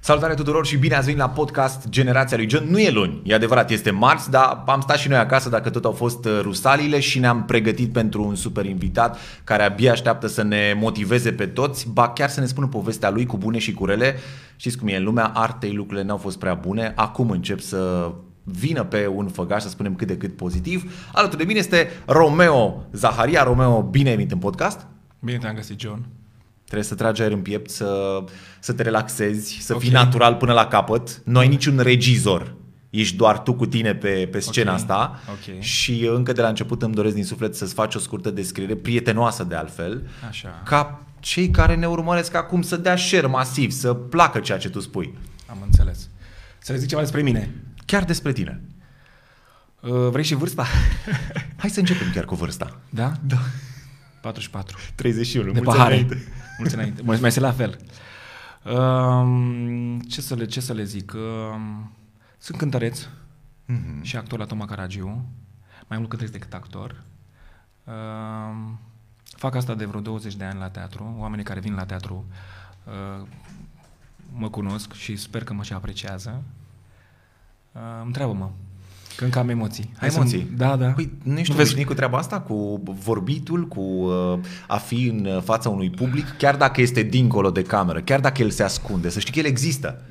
Salutare tuturor și bine ați venit la podcast Generația lui John. Nu e luni, e adevărat, este marți, dar am stat și noi acasă dacă tot au fost uh, rusalile și ne-am pregătit pentru un super invitat care abia așteaptă să ne motiveze pe toți, ba chiar să ne spună povestea lui cu bune și cu rele. Știți cum e, în lumea artei lucrurile n-au fost prea bune, acum încep să vină pe un făgaș, să spunem cât de cât pozitiv. Alături de mine este Romeo Zaharia. Romeo, bine ai venit în podcast! Bine te-am găsit, John. Trebuie să tragi aer în piept, să, să te relaxezi, să okay. fii natural până la capăt. Nu ai niciun regizor. Ești doar tu cu tine pe, pe scena Ok. asta Ok. și încă de la început îmi doresc din suflet să-ți faci o scurtă descriere, prietenoasă de altfel, Așa. ca cei care ne urmăresc acum să dea share masiv, să placă ceea ce tu spui. Am înțeles. Să le zic ceva despre mine. Chiar despre tine. Uh, Vrei și vârsta? Hai să începem chiar cu vârsta. Da? Da. 44. 31, De mulți pahare. înainte. Mulți înainte. Mulți mai se la fel. Um, ce, să le, ce să le zic? Um, sunt cântăreț mm-hmm. Mhm. și actor la Toma Caragiu. Mai mult cântăreț decât actor. Um, fac asta de vreo 20 de ani la teatru. Oamenii care vin la teatru uh, mă cunosc și sper că mă și apreciază. Uh, întreabă-mă. Că încă am emoții. Ai să- emoții? Da, da. Păi, nu ești vezi- obișnuit cu treaba asta? Cu vorbitul, cu uh, a fi în uh, fața unui public, chiar dacă este dincolo de cameră, chiar dacă el se ascunde, să știi că el există.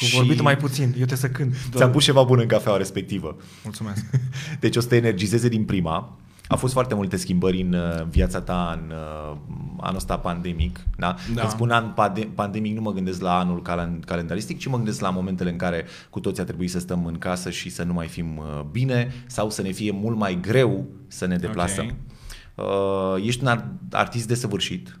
Cu vorbitul mai da. puțin, eu trebuie să cânt. Ți-am pus ceva bun în cafeaua respectivă. Mulțumesc. Deci o să te energizeze din prima. A fost foarte multe schimbări în uh, viața ta în uh, anul ăsta pandemic. Da? Da. Când spun an pade- pandemic, nu mă gândesc la anul calen- calendaristic, ci mă gândesc la momentele în care cu toți a trebuit să stăm în casă și să nu mai fim uh, bine sau să ne fie mult mai greu să ne deplasăm. Uh, ești un ar- artist desăvârșit.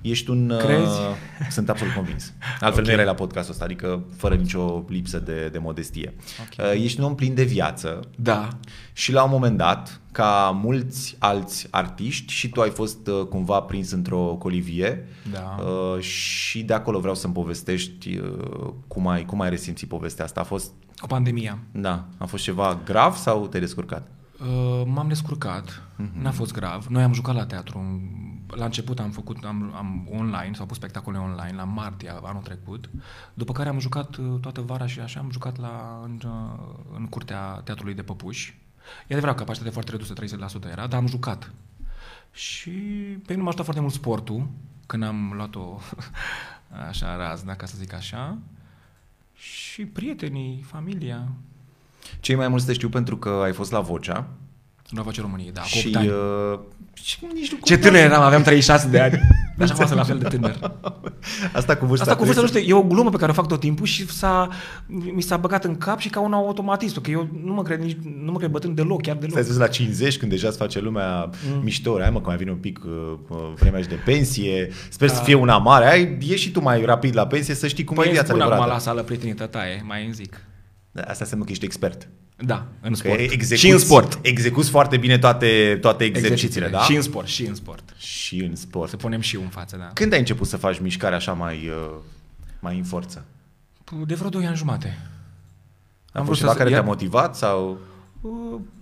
Ești un... uh, Crezi? Sunt absolut convins. Altfel okay. nu erai la podcastul ăsta, adică fără nicio lipsă de, de modestie. Okay. Ești un om plin de viață Da. și la un moment dat, ca mulți alți artiști, și tu ai fost uh, cumva prins într-o colivie Da. uh, și de acolo vreau să-mi povestești uh, cum ai, cum ai resimțit povestea asta. A fost, Cu pandemia. da, a fost ceva grav sau te-ai descurcat? Uh, M-am descurcat, Mhm. n-a fost grav. Noi am jucat la teatru. La început am făcut, am, am online, s-au pus spectacole online la martie anul trecut, după care am jucat uh, toată vara și așa am jucat la, în, uh, în curtea Teatrului de Păpuși. E adevărat, capacitate foarte redusă, 30% era, dar am jucat. Și pe mine m-a ajutat foarte mult sportul, când am luat-o așa razna, ca să zic așa. Și prietenii, familia, Cei mai mulți te știu pentru că ai fost la Vocea Nova României, da, cu și, opt ani. uh, și nici nu Ce contează. tânăr eram, aveam 36 de ani. Dar și-am fost la fel de tânăr. Asta cu vârsta. Asta cu vârsta, nu trebuie știu, e o glumă pe care o fac tot timpul și s-a, mi s-a băgat în cap și ca un automatism, că eu nu mă cred, nici, nu mă cred bătând deloc, chiar să- Stai deloc. să vezi la 50 când deja îți face lumea mm. mișto, hai mă că mai vine un pic uh, uh, vremea și de pensie, sper să fie una mare, ai ieși și tu mai rapid la pensie să știi cum e Da. Păi viața spun acum adevărată. la sală prietenii tătaie, mai îmi zic. Da, Asta înseamnă că ești expert. Da, în Că sport. execuți- și în sport. Execuți foarte bine toate, toate exercițiile, da? Și în sport, și în sport. și în Să sport. punem și în față, da. Când ai început să faci mișcare așa mai, uh, mai în forță? Păi, De vreo 2 ani jumate. A fost Am vrut ceva să- care te-a iar- motivat sau... Uh,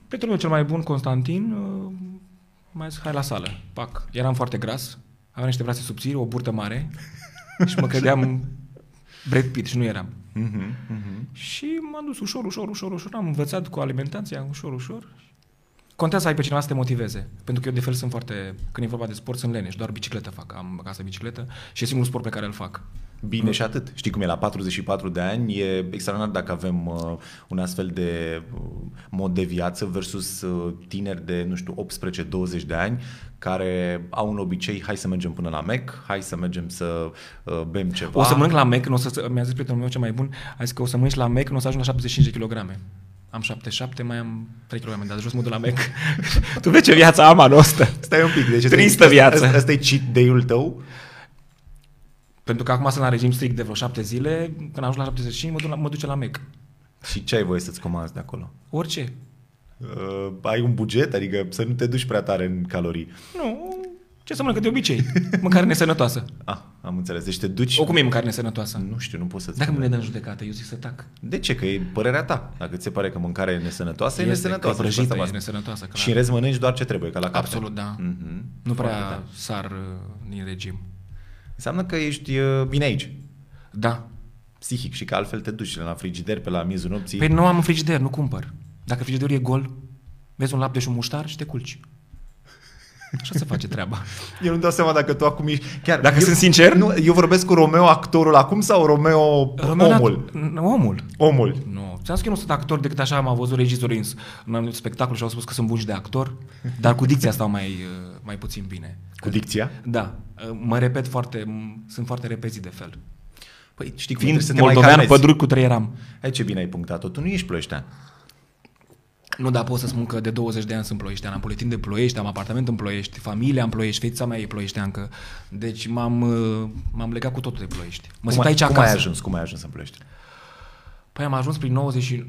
Prietenul meu cel mai bun, Constantin, uh, mai zis, hai la sală, pac. Eram foarte gras, aveam niște brațe subțiri, o burtă mare și mă credeam Brad Pitt și nu eram. Mhm, mhm. Și m-am dus ușor, ușor, ușor, ușor, am învățat cu alimentația, ușor, ușor. Contează să ai pe cineva să te motiveze, pentru că eu de fel sunt foarte, când e vorba de sport, sunt leneș, doar bicicletă fac, am acasă bicicletă și e singurul sport pe care îl fac. Bine și atât. Știi cum e, la 44 de ani e extraordinar dacă avem uh, un astfel de uh, mod de viață versus uh, tineri de, nu știu, 18-20 de ani care au un obicei, hai să mergem până la Mac, hai să mergem să uh, bem ceva. O să mănânc la Mac, când o să, mi-a zis prietenul meu cel mai bun, a zis că o să mănânci la Mac, nu o să ajung la 75 de kilograme. Am 77, mai am 3 kg, dar jos mă duc la Mac. tu vezi ce viața am anul ăsta. Stai un pic. Deci ăsta e- Tristă viață. Ăsta, ăsta e cheat day-ul tău? Pentru că acum sunt la regim strict de vreo 7 zile, când ajung la 75, mă, duc la, mă duce la Mac. Și ce ai voie să-ți comanzi de acolo? Orice. Uh, ai un buget? Adică să nu te duci prea tare în calorii. Nu, ce să mănâncă de obicei? Mâncare nesănătoasă. Ah, am înțeles. Deci te duci... O cum e mâncare nesănătoasă? Nu știu, nu pot să-ți Dacă spun. mă le dă în judecată, eu zic să tac. De ce? Că e părerea ta. Dacă ți se pare că mâncarea e nesănătoasă, e nesănătoasă. că e Și asta prăjită, e basta. nesănătoasă, clar. Și în rest mănânci doar ce trebuie, ca la carte. Absolut, da. Mm-hmm. Nu prea sar uh, din regim. Înseamnă că ești uh, bine aici. Da. psihic și că altfel te duci la frigider pe la miezul nopții. Păi nu am un frigider, nu cumpăr. Dacă frigiderul e gol, vezi un lapte și un muștar și te culci. Așa se face treaba. Eu nu dau seama dacă tu acum ești... Chiar, Dacă eu, sunt sincer? Nu, eu vorbesc cu Romeo actorul acum sau Romeo, Romeo omul? Nat- n- omul. Omul. Nu. Ți-am zis că eu nu sunt actor decât așa am văzut regizorii în, în anumit spectacol și au spus că sunt bun și de actor, dar cu dicția stau mai, uh, mai puțin bine. Cu dicția? Da, uh, mă repet foarte, m- sunt foarte repezi de fel. Păi știi cum Fiind trebuie să te mai moldovean, calmezi. păduri cu trei eram. Ai ce bine ai punctat-o. Tu nu ești ploieștean. Nu, dar pot să spun că de 20 de ani sunt ploieștean. Am buletin de ploiești, am apartament în ploiești, familia în ploiești, fetița mea e ploieșteancă. Deci m-am, uh, m-am legat cu totul de ploiești. Mă cum, simt aici cum acasă. ai ajuns? Cum ai ajuns în ploiești? Păi am ajuns prin 90 și...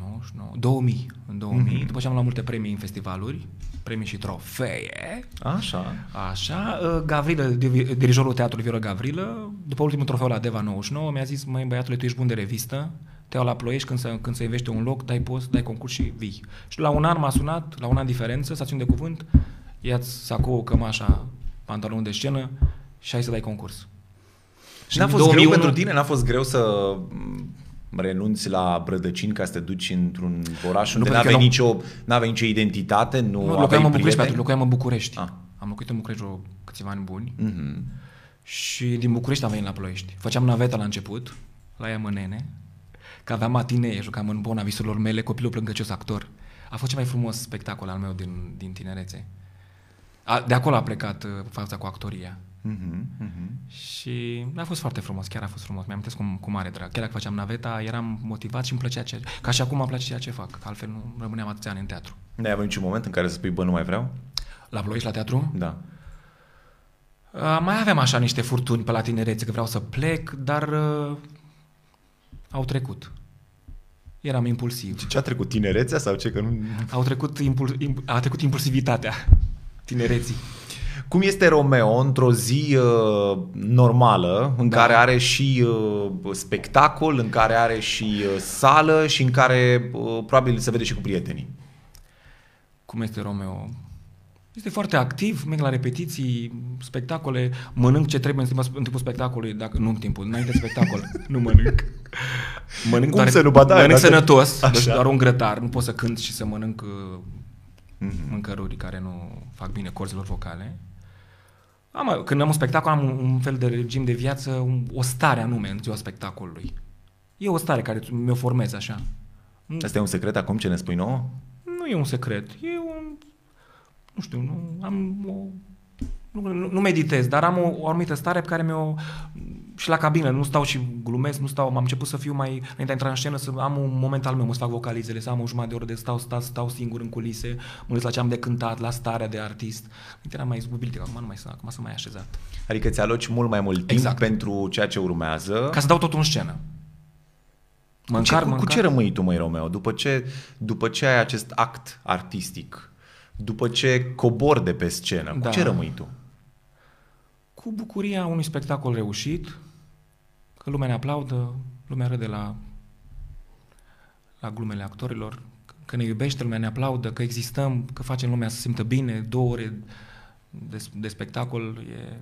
99, 2000, în 2000, Mhm. mm-hmm. după ce am luat multe premii în festivaluri, premii și trofee, Așa. așa, uh, Gavrilă, divi- dirijorul teatrului Viorel Gavrilă, după ultimul trofeu la Deva 99, mi-a zis, măi băiatule, tu ești bun de revistă, te iau la ploiești când se, când se investe un loc, dai post, dai concurs și vii. Și la un an m-a sunat, la un an diferență, stațiune de cuvânt, ia-ți sacou, cămașa, pantalon de scenă și hai să dai concurs. Și n-a în fost 2001 greu pentru tine? N-a fost greu să m, renunți la brădăcini ca să te duci într-un oraș Nu, unde pentru că n-aveai eu nu- nicio, n-aveai nicio identitate, nu, Nu, aveai locuiam în București, prieteni? pe atunci, locuiam în București. Ah. Am locuit în București vreo câțiva ani buni Mhm. și din București am venit la Ploiești. Făceam naveta la început, la ea mânene, că aveam matinee, jucam în Bona visurilor mele, copilul plângăcios actor. A fost cel mai frumos spectacol al meu din, din tinerețe. A, de acolo a plecat uh, fața cu actoria. Mhm, mhm. Și a fost foarte frumos, chiar a fost frumos. Mi-am amintesc cu, cu mare drag. Chiar dacă făceam naveta, eram motivat și îmi plăcea ce... Ca și acum îmi place ceea ce fac, că altfel nu rămâneam atâția ani în teatru. N-ai avut niciun moment în care să spui, bă, nu mai vreau? La Ploiești, la teatru? Da. Uh, Mai aveam așa niște furtuni pe la tinerețe, că vreau să plec, dar uh, au trecut. Eram impulsiv. Ce a trecut? Tinerețea sau ce? Că nu... Au trecut impul- imp- a trecut impulsivitatea tinereții. Cum este Romeo într-o zi uh, normală, în da. Da. care are și uh, spectacol, în care are și uh, sală și în care uh, probabil se vede și cu prietenii? Cum este Romeo? Este foarte activ, merg la repetiții, spectacole, mănânc ce trebuie în timpul, în timpul spectacolului, dacă, nu în timpul, înainte de spectacol, nu mănânc. Mănânc Cum doar, să nu ba, da, mănânc dacă- sănătos, deci Așa. doar un grătar, nu pot să cânt și să mănânc uh, Mhm. mâncăruri care nu fac bine corzilor vocale. Am, uh, când am un spectacol, am un, un fel de regim de viață, un, o stare anume în ziua spectacolului. E o stare care mi-o formez așa. Asta e un secret acum ce ne spui nouă? Nu e un secret, e un... Nu știu, nu am o... Nu, nu, nu meditez, dar am o, o anumită stare pe care mi-o... Și la cabină, nu stau și glumesc, nu stau, am început să fiu mai... Înainte de a intra în scenă, să am un moment al meu, mă fac vocalizele, să am o jumătate de oră de stau, stau, stau singur în culise, mă gândesc la ce am de cântat, la starea de artist. Înainte eram mai zbubilit, acum nu mai sunt, acum sunt mai așezat. Adică ți aloci mult mai mult timp exact. Exact. pentru ceea ce urmează. Ca să dau totul în scenă. ce, Măcar, cu, cu măcar... ce rămâi tu, măi, Romeo? După ce, după ce ai acest act artistic, după ce cobori de pe scenă, da. Da. cu ce rămâi tu? cu bucuria unui spectacol reușit, că lumea ne aplaudă, lumea râde la, la glumele actorilor, că ne iubește, lumea ne aplaudă, că existăm, că facem lumea să se simtă bine, două ore de, de spectacol e,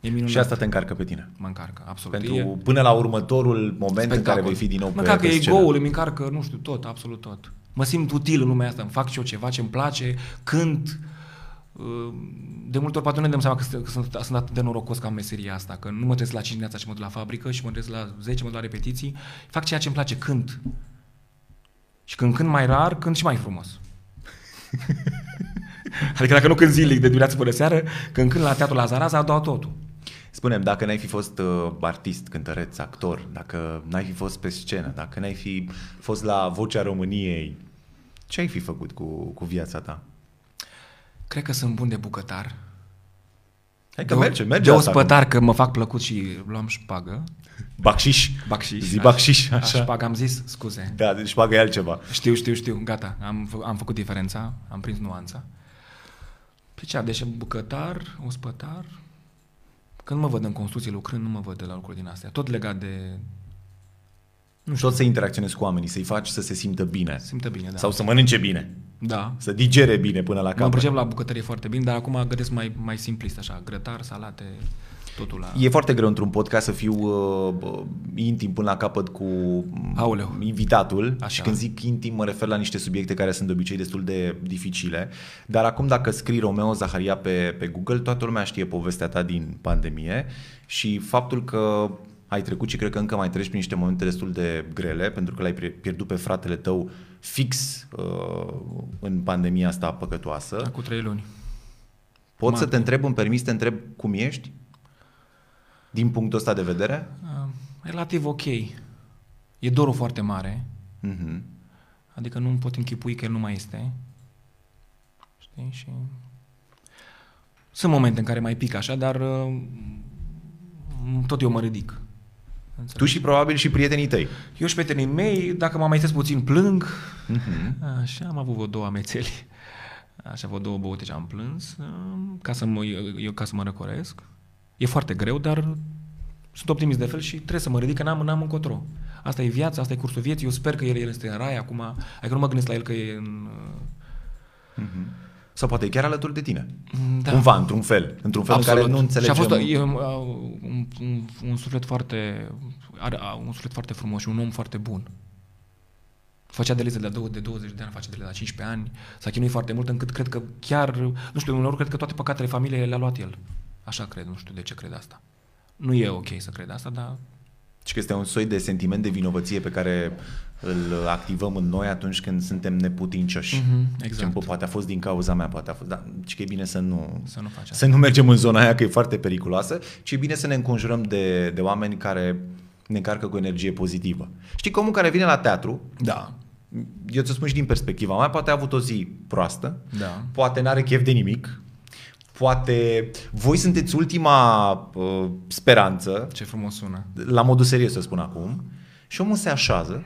e minunat. Și asta te încarcă pe tine. mă încarcă, absolut. e Pentru până la următorul moment în care vei fi din nou mă pe, încarcă pe scenă. ego-ul, îmi încarcă, nu știu, tot, absolut tot. Mă simt util în lumea asta, îmi fac și eu ceva ce îmi place, cânt. Uh, De multe ori poate nu ne dăm seama că, sunt- că sunt, sunt atât de norocos că am meseria asta, că nu mă trezesc la 5 dimineața și mă duc la fabrică și mă trezesc la 10, mă duc la repetiții. Fac ceea ce îmi place, cânt. Și când cânt mai rar, cânt și mai frumos. adică dacă nu cânt zilnic de dimineață până seară, când cânt la teatrul la Zaraza, a dat totul. Spunem, dacă n-ai fi fost uh, artist, cântăreț, actor, dacă n-ai fi fost pe scenă, dacă n-ai fi fost la Vocea României, ce ai fi făcut cu, cu viața ta? Cred că sunt bun de bucătar. Hai că de, merge, merge De asta ospătar, că mă fac plăcut și luam șpagă. acum. Bacșiș. Bacșiș. Zi bacșiș, Așa. așa. Șpagă, am zis, scuze. Da, deci bagă e altceva. Știu, știu, știu, gata. Am, fă- am făcut diferența, am prins nuanța. Pe ce, deci bucătar, ospătar. Când mă văd în construcții lucrând, nu mă văd de la lucruri din astea. Tot legat de... Nu știu. Tot să interacționezi cu oamenii, să-i faci să se simtă bine. Simte bine, da. Da. Sau să mănânce bine. Da. Să digere bine până la Mă capăt. pricep la bucătărie foarte bine, dar acum gătesc mai, mai simplist, așa, grătar, salate, totul la... E foarte greu într-un podcast să fiu uh, bă, intim până la capăt cu m, Aoleu. invitatul. Așa. Și când zic intim, mă refer la niște subiecte care sunt de obicei destul de dificile. Dar acum, dacă scrii Romeo Zaharia pe, pe Google, toată lumea știe povestea ta din pandemie și faptul că ai trecut și cred că încă mai treci prin niște momente destul de grele, pentru că l-ai pre- pierdut pe fratele tău fix uh, în pandemia asta păcătoasă. Cu trei luni. Pot să te întreb, îmi permis să te întreb cum ești? Din punctul ăsta de vedere? Uh, relativ ok. E dorul foarte mare, Mhm. adică nu-mi pot închipui că el nu mai este. Știi? Și... Sunt momente în care mai pic așa, dar uh, tot eu mă ridic. Tu și probabil și prietenii tăi. Eu și prietenii mei, dacă mă amestesc puțin, plâng. Așa, am avut vreo două amețeli. Așa, vreo două băute și am plâns, um, ca să mă, eu, ca să mă răcoresc. E foarte greu, dar sunt optimist de fel și trebuie să mă ridic, că n-am, n-am încotro. Asta e viața, asta e cursul vieții, eu sper că el, el este în rai acum, adică nu mă gândesc la el că e în... Sau poate e chiar alături de tine. Mm, Da. Cumva, într-un fel. Într-un fel Absolut. care nu înțelegem. Și a fost e, um, uh, un, un, un suflet foarte are, a, un suflet foarte frumos și un om foarte bun. Făcea de leze de la dou- de 20 de ani, face de la 15 ani, s-a chinuit foarte mult încât cred că chiar, nu știu, uneori cred că toate păcatele familiei le-a luat el. Așa cred, nu știu de ce cred asta. Nu e ok să cred asta, dar Și că este un soi de sentiment de vinovăție pe care îl activăm în noi atunci când suntem neputincioși. Mhm, Zicem, exact. "Bă, poate a fost din cauza mea, poate a fost... Dar și că e bine să nu... să nu faci asta. Să nu mergem în zona aia că e foarte periculoasă, ci e bine să ne înconjurăm de, de oameni care ne încarcă cu energie pozitivă. Știi că omul care vine la teatru, Da, eu ți spun și din perspectiva mea, poate a avut o zi proastă, da. poate n-are chef de nimic, poate voi sunteți ultima uh, speranță, Ce frumos sună. la modul serios să spun acum, și omul se așează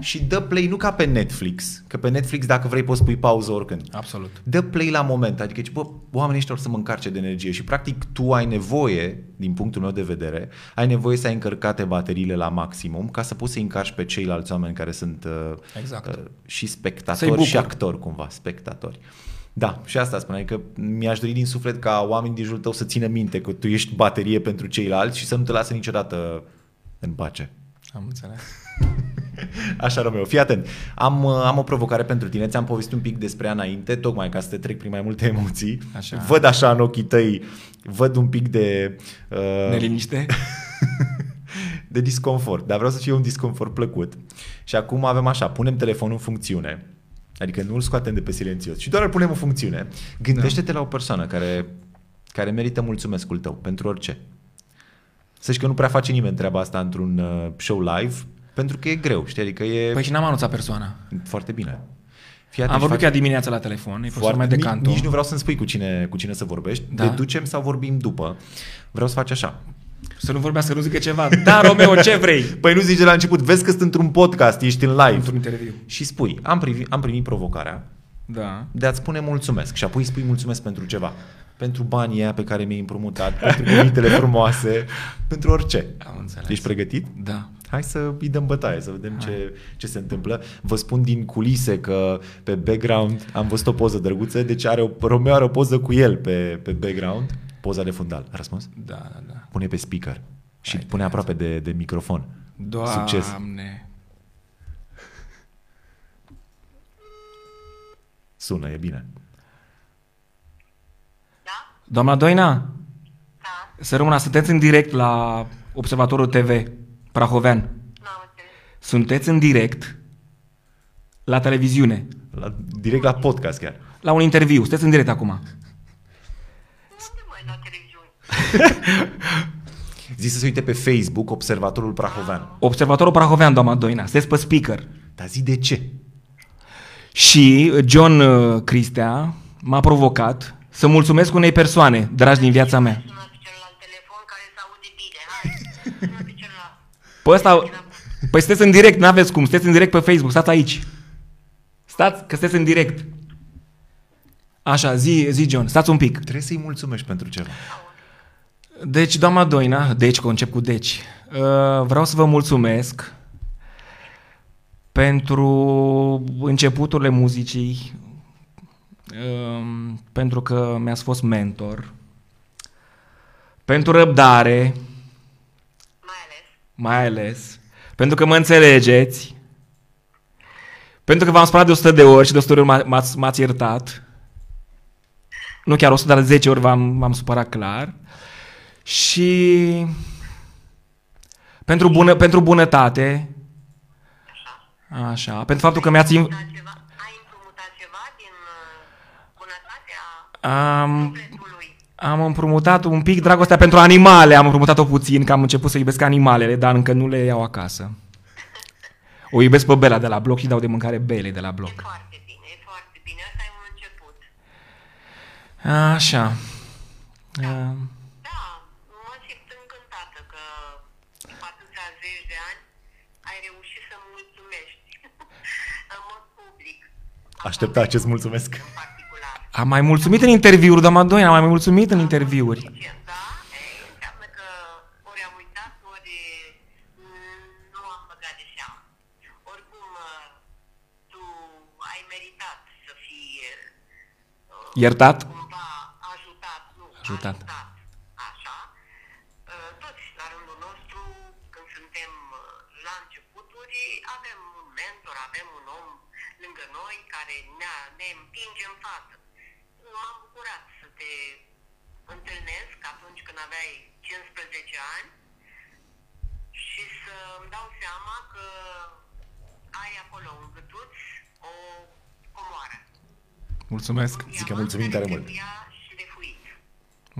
și dă play nu ca pe Netflix, că pe Netflix dacă vrei poți pui pauză oricând, Absolut. dă play la moment, adică zici, bă, oamenii ăștia or să mă încarce de energie și practic tu ai nevoie, din punctul meu de vedere, ai nevoie să ai încărcate bateriile la maximum ca să poți să încarci pe ceilalți oameni care sunt uh, Exact. uh, și Să-i spectatori bucur. și actori cumva, spectatori. Da, și asta spuneai că mi-aș dori din suflet ca oamenii din jurul tău să țină minte că tu ești baterie pentru ceilalți și să nu te lasă niciodată în pace. Am înțeles. Așa, Romeo, fii atent. Am, uh, am o provocare pentru tine, ți-am povestit un pic despre ea înainte, tocmai ca să te trec prin mai multe emoții. Așa. Văd așa în ochii tăi, văd un pic de, uh, Neliniște? de disconfort, dar vreau să fie un disconfort plăcut. Și acum avem așa, punem telefonul în funcțiune, adică nu îl scoatem de pe silențios, ci doar îl punem în funcțiune. Gândește-te Da. la o persoană care, care merită mulțumescul tău pentru orice. Să știi că nu prea face nimeni treaba asta într-un uh, show live, pentru că e greu, știi? Adică e... Păi și n-am anunțat persoana. Foarte bine. Fii Am atent, vorbit faci chiar dimineața la telefon, e persoana foarte- mea de nici- canto. Nici nu vreau să-mi spui cu cine, cu cine să vorbești. Da. Da. Deducem sau vorbim după. Vreau să faci așa. Să nu vorbească, să nu zică ceva. Da, Romeo, ce vrei? Păi nu zici de la început, vezi că sunt într-un podcast, ești în live. Într-un interviu. Și spui, am, privi, am primit provocarea Da. de a-ți spune mulțumesc și apoi spui mulțumesc pentru ceva. Pentru banii aia pe care mi-ai împrumutat, pentru cuvintele frumoase, pentru orice. Am înțeles. Ești pregătit? Da. Hai să îi dăm bătaie, să vedem ce, ce se întâmplă. Vă spun din culise că pe background am văzut o poză drăguță, deci are o, Romeo are o poză cu el pe, pe background, poza de fundal. Răspuns? Da, da, da. Pune pe speaker și Hai, pune aproape de, de microfon. da. Doamne. Succes! Sună, e bine. Doamna Doina? Da. Să rămână, sunteți în direct la Observatorul TV Prahovean. N-am înțeles. Sunteți în direct la televiziune, La, direct la podcast chiar. la un interviu. Sunteți în direct acum. Unde mai la televiziune? Zis să se uite pe Facebook, Observatorul Prahovean. Observatorul Prahovean, doamna Doina, sunteți pe speaker. Dar zi de ce? Și John uh, Cristea m-a provocat să mulțumesc unei persoane, dragi din viața mea. Sună pe celălalt telefon care se aude bine. Hai, sună pe celălalt. Pe ăsta... Păi sunteți în direct, n-aveți cum. Sunteți în direct pe Facebook, stați aici. Stați, că sunteți în direct. Așa, zi, zi John, stați un pic. Trebuie să-i mulțumești pentru ceva. Deci, doamna Doina, deci, că încep cu deci, uh, vreau să vă mulțumesc pentru începuturile muzicii, um, pentru că mi-ați fost mentor, pentru răbdare, mai ales. mai ales, pentru că mă înțelegeți, pentru că v-am spus de 100 de ori și de 100 de ori m-a- m-ați, m-ați iertat, nu chiar 100, dar de 10 ori v-am, v-am supărat clar, și pentru, bună, pentru bunătate, așa, pentru faptul că mi-ați... inv- Da, ceva, ai împrumutat ceva din uh, bunătatea Am, sufletului? Am împrumutat un pic dragostea pentru animale, am împrumutat-o puțin, că am început să iubesc animalele, dar încă nu le iau acasă. O iubesc pe Bela de la bloc și dau de mâncare Belei de la E bloc. foarte bine, e foarte bine. Asta e un început. Așa. A, Da, mă simt încântată că după atâția zeci de ani ai reușit să mulțumești în mod public. Asta Aștepta mai acest mult mulțumesc. În particular. Am mai mulțumit în interviuri, doamna Doina, am mai mulțumit în interviuri. Suficient, Da? Ei, înseamnă că ori am uitat, ori mm, nu am băgat de seamă. Oricum, uh, tu ai meritat să fii uh, Iertat? cumva ajutat, nu, Ajutat. ajutat, așa. Uh, Toți, la rândul nostru, când suntem uh, la începuturi, avem un mentor, avem un om lângă noi care ne, ne împinge în față. M-am bucurat să te întâlnesc atunci când aveai 15 ani și să îmi dau seama că ai acolo în gâtuț o comoară. Mulțumesc. Zic că mulțumim tare mult. Ea și de fuit.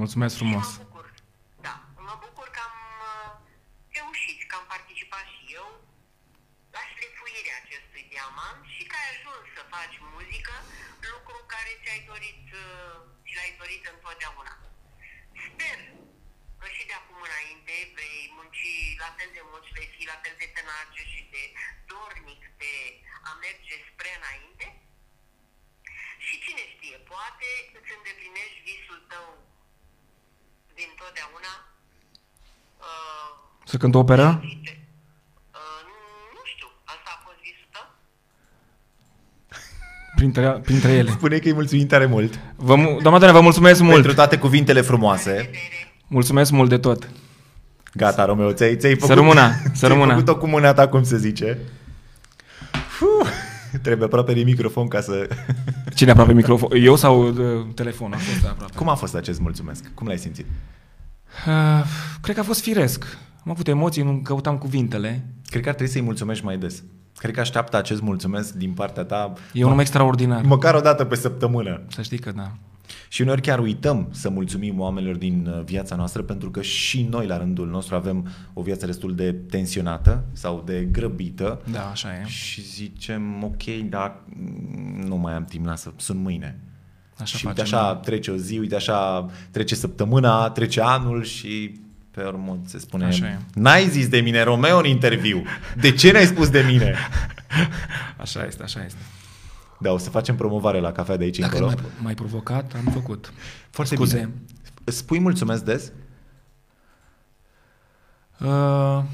Mulțumesc Și frumos. mă bucur. Da, mă bucur că am uh, reușit, că am participat și eu la șlefuirea acestui diamant și că ai ajuns să faci muzică, lucru care ți-ai dorit uh, și l-ai dorit întotdeauna. Sper că și de acum înainte vei munci la fel de mult și vei fi la fel de tenace și de dornic de a merge spre înainte și cine știe, poate îți îndeplinești visul tău din totdeauna uh, Să cânt o operă? zice, uh, nu știu, asta a fost visul tău? Printre, printre ele. Spune că îi mulțumim tare mult, Vă, mu- doamna Doina, vă mulțumesc mult. pentru toate cuvintele frumoase. Mulțumesc mult de tot. Gata, Romeo, ți-ai, ți-ai făcut... rămână, să ți-ai rămână. făcut-o cu mâna ta, cum se zice. Fuh, trebuie aproape de microfon ca să... Cine aproape microfon? Eu sau uh, telefonul? Acesta aproape. Cum a fost acest mulțumesc? Cum l-ai simțit? Uh, cred că a fost firesc. Am avut emoții, nu căutam cuvintele. Cred că ar trebui să-i mulțumești mai des. Cred că așteaptă acest mulțumesc din partea ta E un om extraordinar. măcar o dată pe săptămână. Să știi că da. Și uneori chiar uităm să mulțumim oamenilor din uh, viața noastră pentru că și noi la rândul nostru avem o viață destul de tensionată sau de grăbită Da, așa e. și zicem ok, dar mm, nu mai am timp, lasă, sunt mâine. Așa și uite facem. da. așa trece o zi, uite așa trece săptămâna, trece anul și pe urmă se spune Așa e. N-ai zis de mine, Romeo, în interviu. De ce n-ai spus de mine? Așa este, așa este. Da, o să facem promovare la cafea de aici Dacă încolo. mai, mai provocat, am făcut. Foarte Scuze. bine. Îți Spui mulțumesc des? Uh,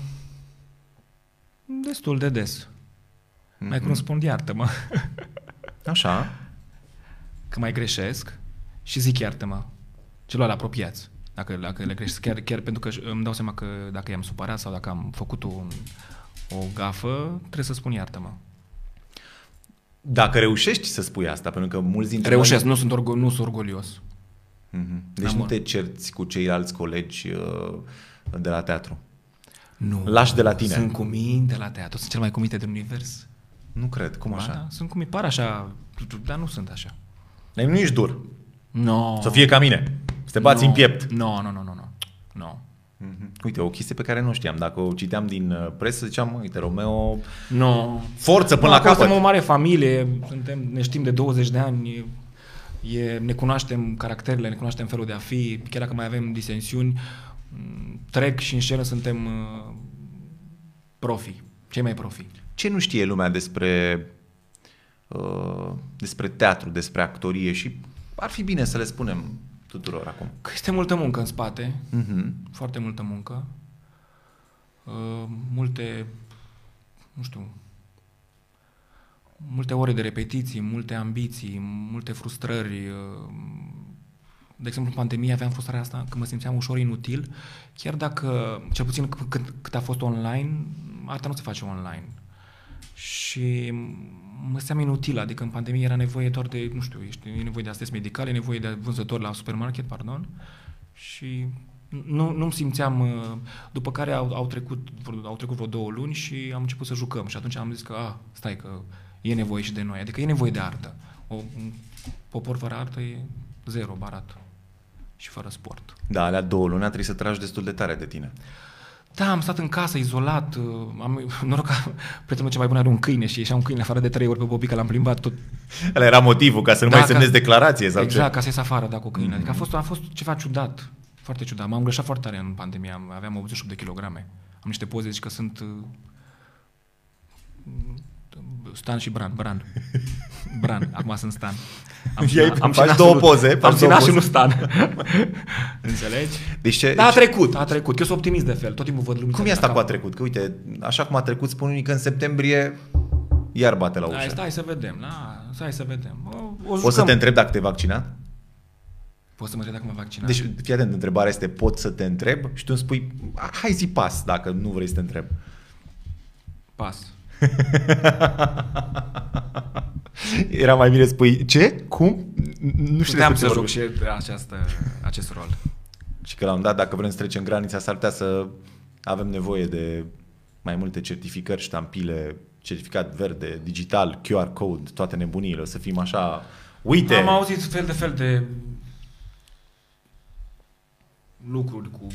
destul de des. Mai cum spun, iartă-mă. Așa. Că mai greșesc și zic iartă-mă. Celor apropiați. Dacă, dacă le greșesc, chiar, chiar pentru că îmi dau seama că dacă i-am supărat sau dacă am făcut o, o gafă, trebuie să spun iartă-mă. Dacă reușești să spui asta, pentru că mulți dintre Reușesc, noi... nu sunt, orgo- nu sunt orgolios. Mhm. Deci Da, nu mă. te cerți cu ceilalți colegi uh, de la teatru. Nu. Lași de la tine. Sunt cu minte la teatru, sunt cel mai cuminte din univers. Nu cred, cum Ba așa? Da, sunt cum par așa, dar nu sunt așa. Da. Nu ești dur. No. Să fie ca mine. Să te bați no. în piept. No, no, no, no, no. no. Mhm. Uite, o chestie pe care nu o știam. Dacă o citeam din uh, presă, ziceam, uite, Romeo, No. forță până no, la capăt. Suntem o mare familie, suntem, ne știm de 20 de ani, e- e, ne cunoaștem caracterele, ne cunoaștem felul de a fi, chiar dacă mai avem disensiuni, m, trec și în scenă suntem uh, profi, cei mai profi. Ce nu știe lumea despre, uh, despre teatru, despre actorie și ar fi bine să le spunem tuturor acum. Că este multă muncă în spate, Mhm. foarte multă muncă, uh, multe, nu știu, multe ore de repetiții, multe ambiții, multe frustrări, uh, De exemplu, în pandemie aveam frustrarea asta că mă simțeam ușor inutil, chiar dacă, cel puțin c- cât, cât a fost online, arta nu se face online. Și mă simțeam inutil, adică în pandemie era nevoie doar de, nu știu, ești, e nevoie de asist medical, e nevoie de vânzător la supermarket, pardon, și nu, nu-mi simțeam... uh, După care au, au, trecut, vreo- au trecut vreo două luni și am început să jucăm și atunci am zis că, a, stai că e nevoie și de noi, adică e nevoie de artă. O, un popor fără artă e zero barat și fără sport. Da, alea două luni a trebuit să tragi destul de tare de tine. Da, am stat în casă, izolat, uh, am, noroc că prietenul cel mai bun are un câine și ieșea un câine afară de trei ori pe bobică, l-am plimbat tot, Ăla era motivul ca să nu da, mai ca- semnezi declarație sau Exact, ce. ca să ies afară, da, cu câine. Adică a fost, a fost ceva ciudat, foarte ciudat. M-am greșat foarte tare în pandemie, am- aveam 88 de kilograme. Am niște poze, zici că sunt... uh, Stan și Bran, Bran. Bran, acum sunt Stan. Am și- Iei- am și faci nasul- două poze, faci Am și două nasul, poze. nu Stan. Înțelegi? Deci ce, Dar a ce- trecut, a trecut. Eu sunt optimist de fel, tot timpul văd lumea. cum e asta cu a trecut? Că uite, așa cum a trecut, spun unii că în septembrie iar bate la Hai, ușă. stai să vedem, na, stai să vedem. O, o O să Da, jucăm. Da. te întreb dacă te-ai vaccinat? Poți să mă întreb dacă m-am vaccinat? Deci, fii atent, întrebarea este pot să te întreb? Și tu îmi spui, hai zi pas dacă nu vrei să te întreb. Pas. Era mai bine spui, ce? Cum? Nu știu despre Puteam ce să joc vorbești. și această, acest rol. Și că la un dat, dacă vrem să trecem granița, s-ar putea să avem nevoie de mai multe certificări, ștampile, certificat verde, digital, QR code, toate nebuniile, o să fim așa... Uite! Am auzit fel de fel de lucruri cu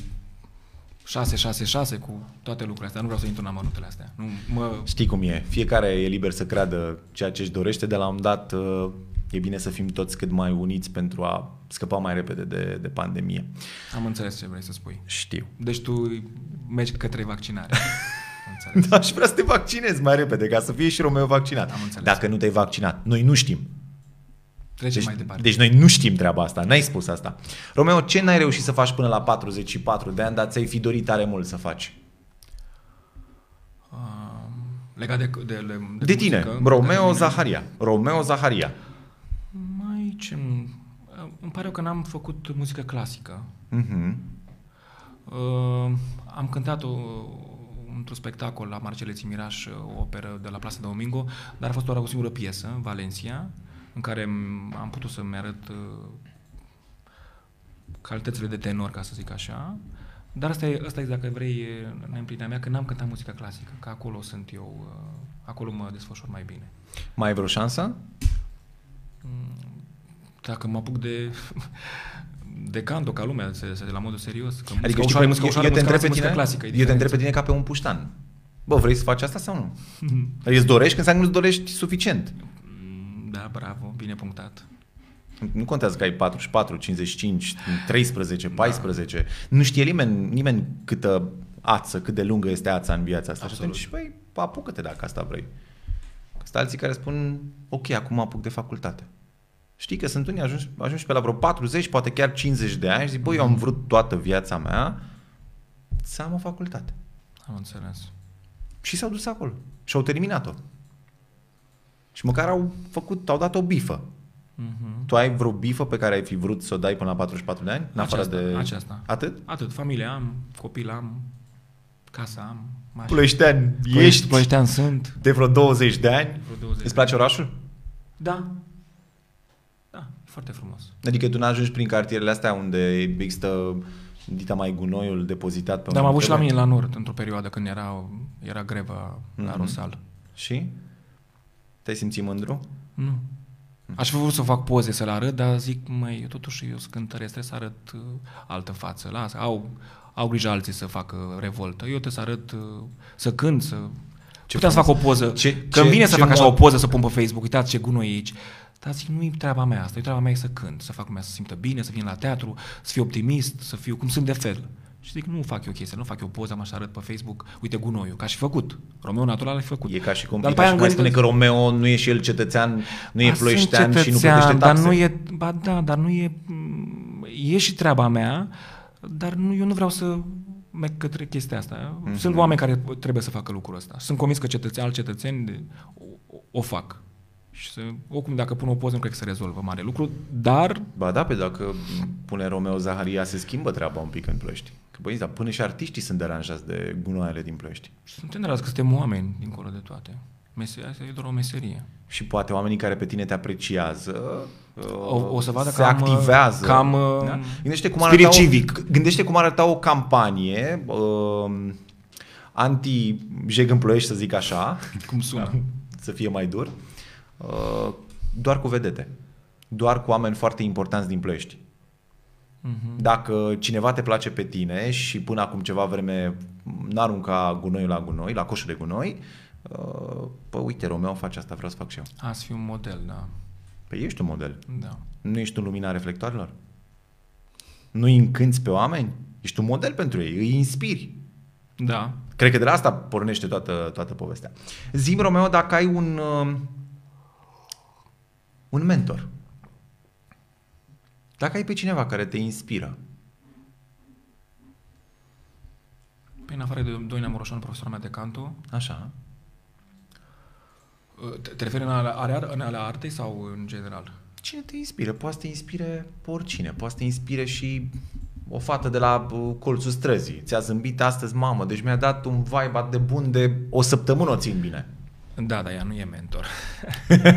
666, cu toate lucrurile astea. Nu vreau să intru în amănuntele astea. Nu, mă, Știi cum e, fiecare e liber să creadă ceea ce își dorește, de la un dat uh, e bine să fim toți cât mai uniți pentru a scăpa mai repede de, de pandemie. am înțeles ce vrei să spui. Știu. Deci tu mergi către vaccinare. Înțeles. Da, și vrea să te vaccinezi mai repede, ca să fie și Romeo vaccinat. Am înțeles. Dacă nu te-ai vaccinat, noi nu știm. Trecem Deci, mai departe. deci noi nu știm treaba asta, n-ai spus asta. Romeo, ce n-ai reușit să faci până la 44 de ani, dar ți-ai fi dorit tare mult să faci? Um, legat de, de, de, De tine, muzică, de Romeo mine. Zaharia. Romeo Zaharia. Mai ce... uh, Îmi pare că n-am făcut muzică clasică. Mhm. Uh, am cântat o, într-un spectacol la Marcele Miraș, uh, o operă de la Plaza Domingo, dar a fost doar o singură piesă, Valencia, în care m- am putut să-mi arăt uh, calitățile de tenor, ca să zic așa. Dar asta e, asta e dacă vrei, e neîmplinirea mea, că n-am cântat muzica clasică, că acolo sunt eu, uh, acolo mă desfășor mai bine. Mai ai vreo șansă? Dacă mă apuc de de canto ca lumea, se, se, la modul serios. Că Adică adică știi ușoară, cum- muzică eu- ușoară, eu te muzică întreb clasică, pe muzică tine, clasică. e eu te diferență. întreb pe tine ca pe un puștan. Bă, vrei să faci asta sau nu? Mhm. Adică Îți dorești când înseamnă că îți dorești suficient. Mm, Da, bravo, bine punctat. Nu contează că ai 44, 55, 13, 14. Da. Nu știe nimeni, nimeni câtă ață, cât de lungă este ața în viața asta. Absolut. Și atunci, băi, apucă-te dacă asta vrei. Că sunt alții care spun, ok, acum apuc de facultate. Știi că sunt unii ajungi, ajungi pe la vreo 40, poate chiar 50 de ani și zic, băi, eu am vrut toată viața mea să am o facultate. Am înțeles. Și s-au dus acolo. Și au terminat-o. Și măcar au făcut, au dat o bifă. Mhm. Tu ai vreo bifă pe care ai fi vrut să o dai până la 44 de ani? În afară Aceasta, de... aceasta. Atât? Atât, familie am, copil am, casa am, mașină. Păi Ploieștean, Ploiești- Păi ești Ploieștean sunt. de vreo 20 de ani? Vreo 20 Îți de ani. place orașul? Da. Da, e foarte frumos. Adică tu n-ajungi prin cartierele astea unde există dita mai gunoiul depozitat pe Dar am un avut și la teren? mine la Nord, într-o perioadă când era, era grevă la Mhm. Rosal. Și? Te-ai simțit mândru? Nu. Aș fi vrut să fac poze, să le arăt, dar zic, măi, eu totuși eu sunt cântăresc, trebuie să arăt uh, altă față. Lasă, au, au grijă alții să facă revoltă. Eu trebuie să arăt, uh, să cânt, să... Ce Puteam să fac o poză. Ce- că ce- îmi vine să ce fac așa o mod- poză, să pun pe Facebook, uitați ce gunoi e aici. Dar zic, nu e treaba mea asta, e treaba mea e să cânt, să fac lumea să simtă bine, să vin la teatru, să fiu optimist, să fiu cum sunt de fel. Și zic, nu fac eu chestia, nu fac eu poză, am așa arăt pe Facebook, uite gunoiul, că aș fi făcut. Romeo Natural ai făcut. E ca și cum Dar Pita după aia și am mai gândit- spune că Romeo nu e și el cetățean, nu e Ba, sunt ploieștean și nu plătește cetățean, taxe. Dar nu e, ba da, dar nu e, m, e și treaba mea, dar nu, eu nu vreau să merg către chestia asta. Mhm. Mm-hmm. Sunt oameni care trebuie să facă lucrul ăsta. Sunt convins că cetățeni, alți cetățeni de- o, o- o fac. Și să, oricum, dacă pun o poză, nu cred că se rezolvă mare lucru, dar Ba da, pe dacă pune Romeo Zaharia, se schimbă treaba un pic în Ploiești. Că băi, dar până și artiștii sunt deranjați de gunoaiele din Ploiești. sunt tenderați că suntem oameni dincolo de toate. Meseria asta e doar o meserie. Și poate oamenii care pe tine te apreciază O, o să vadă se că am, uh, activează. că am, uh, da? Gândește cum, spirit arăta o, civic. gândește cum arăta o campanie uh, anti-jeg în Ploiești, să zic așa, Cum sună. Da. să fie mai dur, uh, doar cu vedete, doar cu oameni foarte importanți din Ploiești. Dacă cineva te place pe tine și până acum ceva vreme n-arunca gunoiul la gunoi, la coșul de gunoi, uh, pă uite, Romeo face asta, vreau să fac și eu. A, să fiu un model, da. Păi ești un model. da. Nu ești un lumina reflectoarelor? Nu îi încânți pe oameni? Ești un model pentru ei, îi inspiri. Da. Cred că de la asta pornește toată, toată povestea. Zim, Romeo, dacă ai un, uh, un mentor, dacă ai pe cineva care te inspiră, Păi în afară de Doina Moroșan, profesora mea de canto, așa, uh, te, te referi în ale, ale, în ale artei sau în general? cine te inspiră? Poate să te inspire pe oricine, poate să te inspire și o fată de la uh, colțul străzii. Ți-a zâmbit astăzi, mamă, deci mi-a dat un vibe de bun de o săptămână o țin bine. Da, dar ea nu e mentor.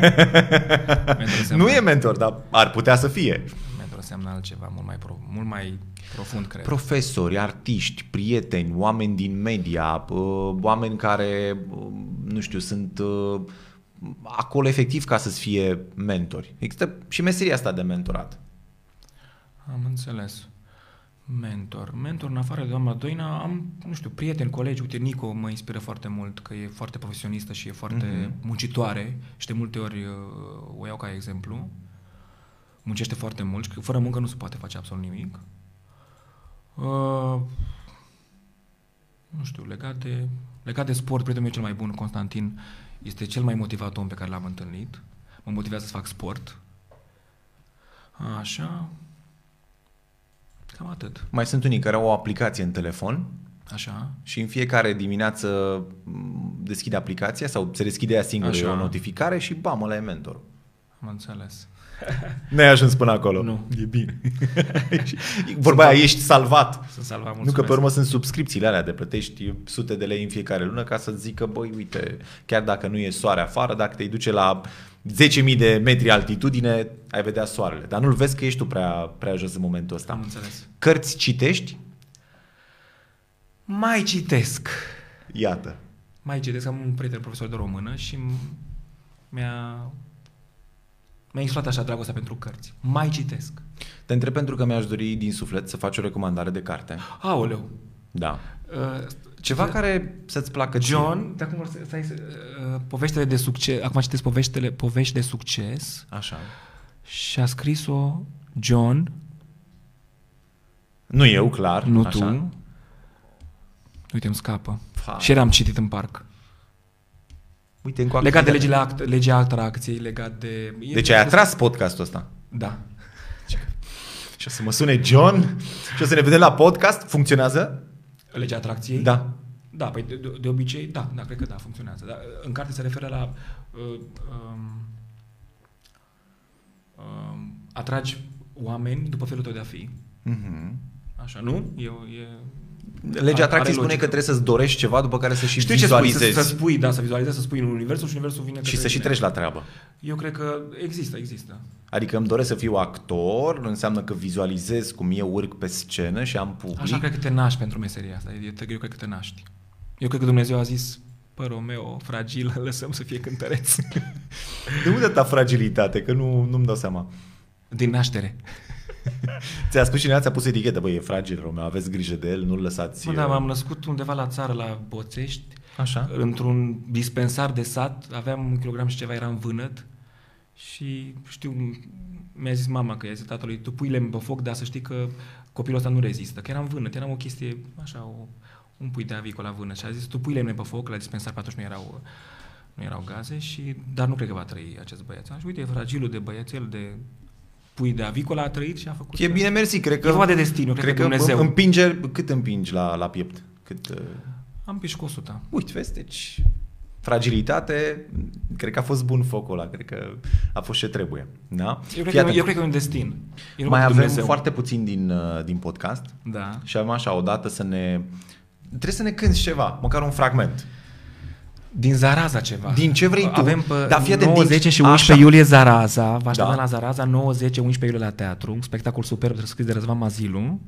mentor înseamnă, Nu e mentor, dar ar putea să fie. Mentor înseamnă altceva, mult mai, pro, mult mai profund, cred. Profesori, artiști, prieteni, oameni din media, uh, oameni care, uh, nu știu, sunt uh, acolo efectiv ca să-ți fie mentori. Există și meseria asta de mentorat. Am înțeles. Mentor. Mentor, în afară de doamna Doina, am, nu știu, prieteni, colegi. Uite, Nico mă inspiră foarte mult, că e foarte profesionistă și e foarte mm-hmm. muncitoare și de multe ori uh, o iau ca exemplu. Muncește foarte mult și că fără muncă nu se poate face absolut nimic. Uh, nu știu, legat de, legat de sport, prietenul meu cel mai bun, Constantin, este cel mai motivat om pe care l-am întâlnit. Mă motivează să fac sport. Așa. Cam atât. Mai sunt unii care au o aplicație în telefon Așa. și în fiecare dimineață m, deschide aplicația sau se deschide ea singură Așa. e o notificare și bam, ăla e mentorul. Am înțeles. Ne-ai ajuns până acolo. Nu. E bine. Vorba aia, ești salvat. Sunt salvat, Nu, mulțumesc. că pe urmă sunt subscripțiile alea de plătești sute de lei în fiecare lună ca să zică, băi, uite, chiar dacă nu e soare afară, dacă te duce la 10.000 de metri altitudine, ai vedea soarele. Dar nu-l vezi că ești tu prea, prea jos în momentul ăsta. Am înțeles. Cărți citești? Mai citesc. Iată. Mai citesc. Am un prieten profesor de română și m- mi-a... Mi-a insulat așa dragostea pentru cărți. Mai citesc. Te întreb pentru că mi-aș dori din suflet să faci o recomandare de carte. Aoleu. Da. Uh, Ceva cite- care să-ți placă ție. John, de acum să- stai să... Uh, poveștele de succes... Acum citesc poveștele, povești de succes Așa. și a scris-o John, Nu eu, clar. nu așa. tu. Uite, îmi scapă. Fa- Și eram citit în parc. Uite, încă o Legat de activitate. legile act, legea atracției, legat de... e- Deci ai atras podcastul ăsta. Da. Și o să mă sune John și o să ne vedem la podcast. Funcționează? Legea atracției? Da. Da, păi de, de, de obicei, da, da, cred că da, funcționează. Dar uh, în carte se referă la... Uh, um, um, atragi oameni după felul tău de a fi. Mm-hmm. Așa, nu? Eu, e... Legea atracției spune logică. că trebuie să-ți dorești ceva după care să și Știi ce spui? Să, vizualizezi să spui, da, să vizualizezi, să spui în universul și universul vine și către să și tine. treci la treabă. Eu cred că există, există. Adică îmi doresc să fiu actor, înseamnă că vizualizez cum eu urc pe scenă și am public. Așa cred că te naști pentru meseria asta. E- e- Eu cred că te naști. Eu cred că Dumnezeu a zis, pă Romeo, fragil, lăsăm să fie cântăreț. De unde ta fragilitate? Că nu, nu-mi dau seama. Din naștere. Ți-a spus cineva, ți-a pus etichetă, băi, e fragil, Romeo, aveți grijă de el, nu-l lăsați... Mă, da, uh, m-am născut undeva la țară, la Boțești, Da? Așa. într-un dispensar de sat, aveam un kilogram și ceva, eram vânăt și știu, mi-a zis mama că i-a zis tatălui, tu pui lemn pe foc, dar să știi că copilul ăsta nu rezistă, că eram vânăt, eram o chestie, așa, o, un pui de avicol la vână și a zis, tu pui lemne pe foc, la dispensar pe atunci nu erau, nu erau gaze și, dar nu cred că va trăi acest băiațel. Și uite, fragilul de băiețel, de pui de avicol a trăit și a făcut... E bine, mersi, cred că... E vorba de destin, eu cred că Dumnezeu. împinge, cât împingi la, la piept? Cât... uh, Am pișcos 100. Uite, vezi, deci fragilitate, cred că a fost bun focul ăla, cred că a fost ce trebuie. Da? Eu Fii cred, că, atent. eu cred că e un destin. E Mai de avem Dumnezeu. foarte puțin din, uh, din podcast Da. și avem așa odată să ne... Trebuie să ne cânti ceva, măcar un fragment. Din Zaraza ceva. Din ce vrei tu. Avem pe Dar da, fii atent, 9, din- 10 și Așa. 11 iulie Zaraza. Vă așteptăm Da. da. la Zaraza, 9, 10, 11 iulie la teatru. Un spectacol superb scris de Răzvan Mazilu.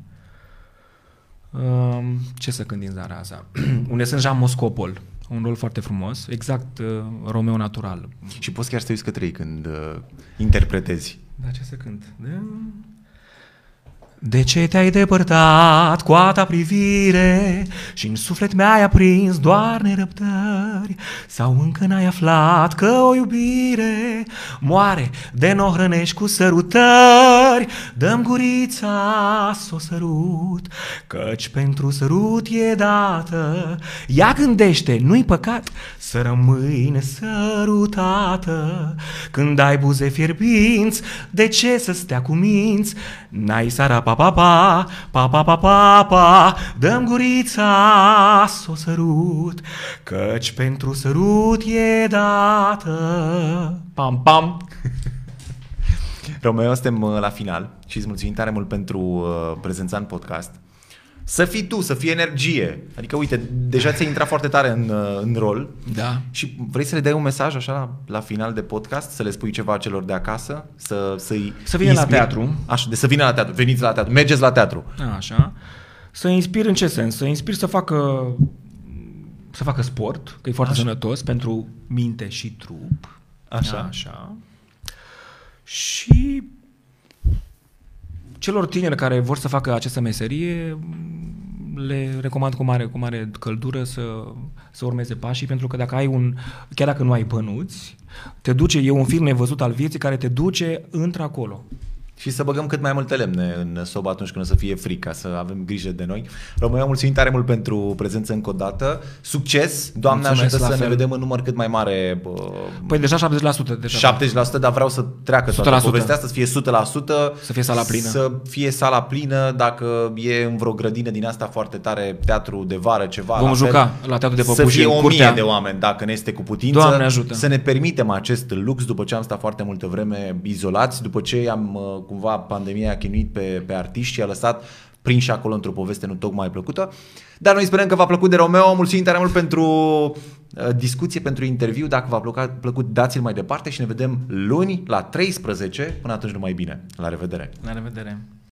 Um, ce să cânt din Zaraza? Unde sunt Jean Moscopol. Un rol foarte frumos. Exact uh, Romeo natural. Și poți chiar să te uiți către ei când uh, interpretezi. Da, ce să cânt? De... De ce te-ai depărtat cu a ta privire și în suflet mi-ai aprins doar nerăbdări? Sau încă n-ai aflat că o iubire moare de n-o hrănești cu sărutări? Dăm gurița să o sărut, căci pentru sărut e dată. Ia gândește, nu-i păcat să rămâi nesărutată. Când ai buze fierbinți, de ce să stea cu minți? N-ai sara pa pa pa, pa pa pa pa pa, dăm gurița s-o sărut, căci pentru sărut e dată. Pam, pam! Romeo, suntem uh, la final și îți mulțumim tare mult pentru uh, prezența în podcast. Să fii tu, să fii energie. Adică, uite, deja ți-ai intrat foarte tare în, uh, în rol. Da. Și vrei să le dai un mesaj așa la, la final de podcast, să le spui ceva celor de acasă, să, să-i Să vină la inspiri- teatru. Așa, de să vină la teatru, veniți la teatru, mergeți la teatru. Așa. Să inspir în ce sens? Să inspir să facă să facă sport, că e foarte Așa. sănătos pentru minte și trup. Așa. Așa. Și celor tineri care vor să facă această meserie, le recomand cu mare, cu mare căldură să, să urmeze pașii, pentru că dacă ai un, chiar dacă nu ai bănuți, te duce, e un film nevăzut al vieții care te duce într-acolo. Și să băgăm cât mai multe lemne în sobă atunci când o să fie frică, ca să avem grijă de noi. Romeo, mulțumim tare mult pentru prezență încă o dată. Succes! Doamne Mulțumesc, ajută la să ne fel. vedem în număr cât mai mare bă, Păi deja 70%. Deja 70%, dar vreau să treacă toată 100%. povestea asta, să fie 100%. Să fie sala plină. Să fie sala plină, dacă e în vreo grădină din asta foarte tare, teatru de vară, ceva. Vom la fel. juca la Teatru de Să Păpuși fie în o mie curtea. de oameni, dacă ne este cu putință. Doamne ajută. Să ne permitem acest lux după ce am stat foarte multă vreme izolați, după ce am uh, cumva pandemia a chinuit pe, pe artiști și a lăsat prinși acolo într-o poveste nu tocmai plăcută. Dar noi sperăm că v-a plăcut de Romeo. Mulțumim tare mult pentru uh, discuție, pentru interviu. Dacă v-a plăcut, plăcut dați-l mai departe și ne vedem luni la 13. Până atunci numai bine. La revedere! La revedere.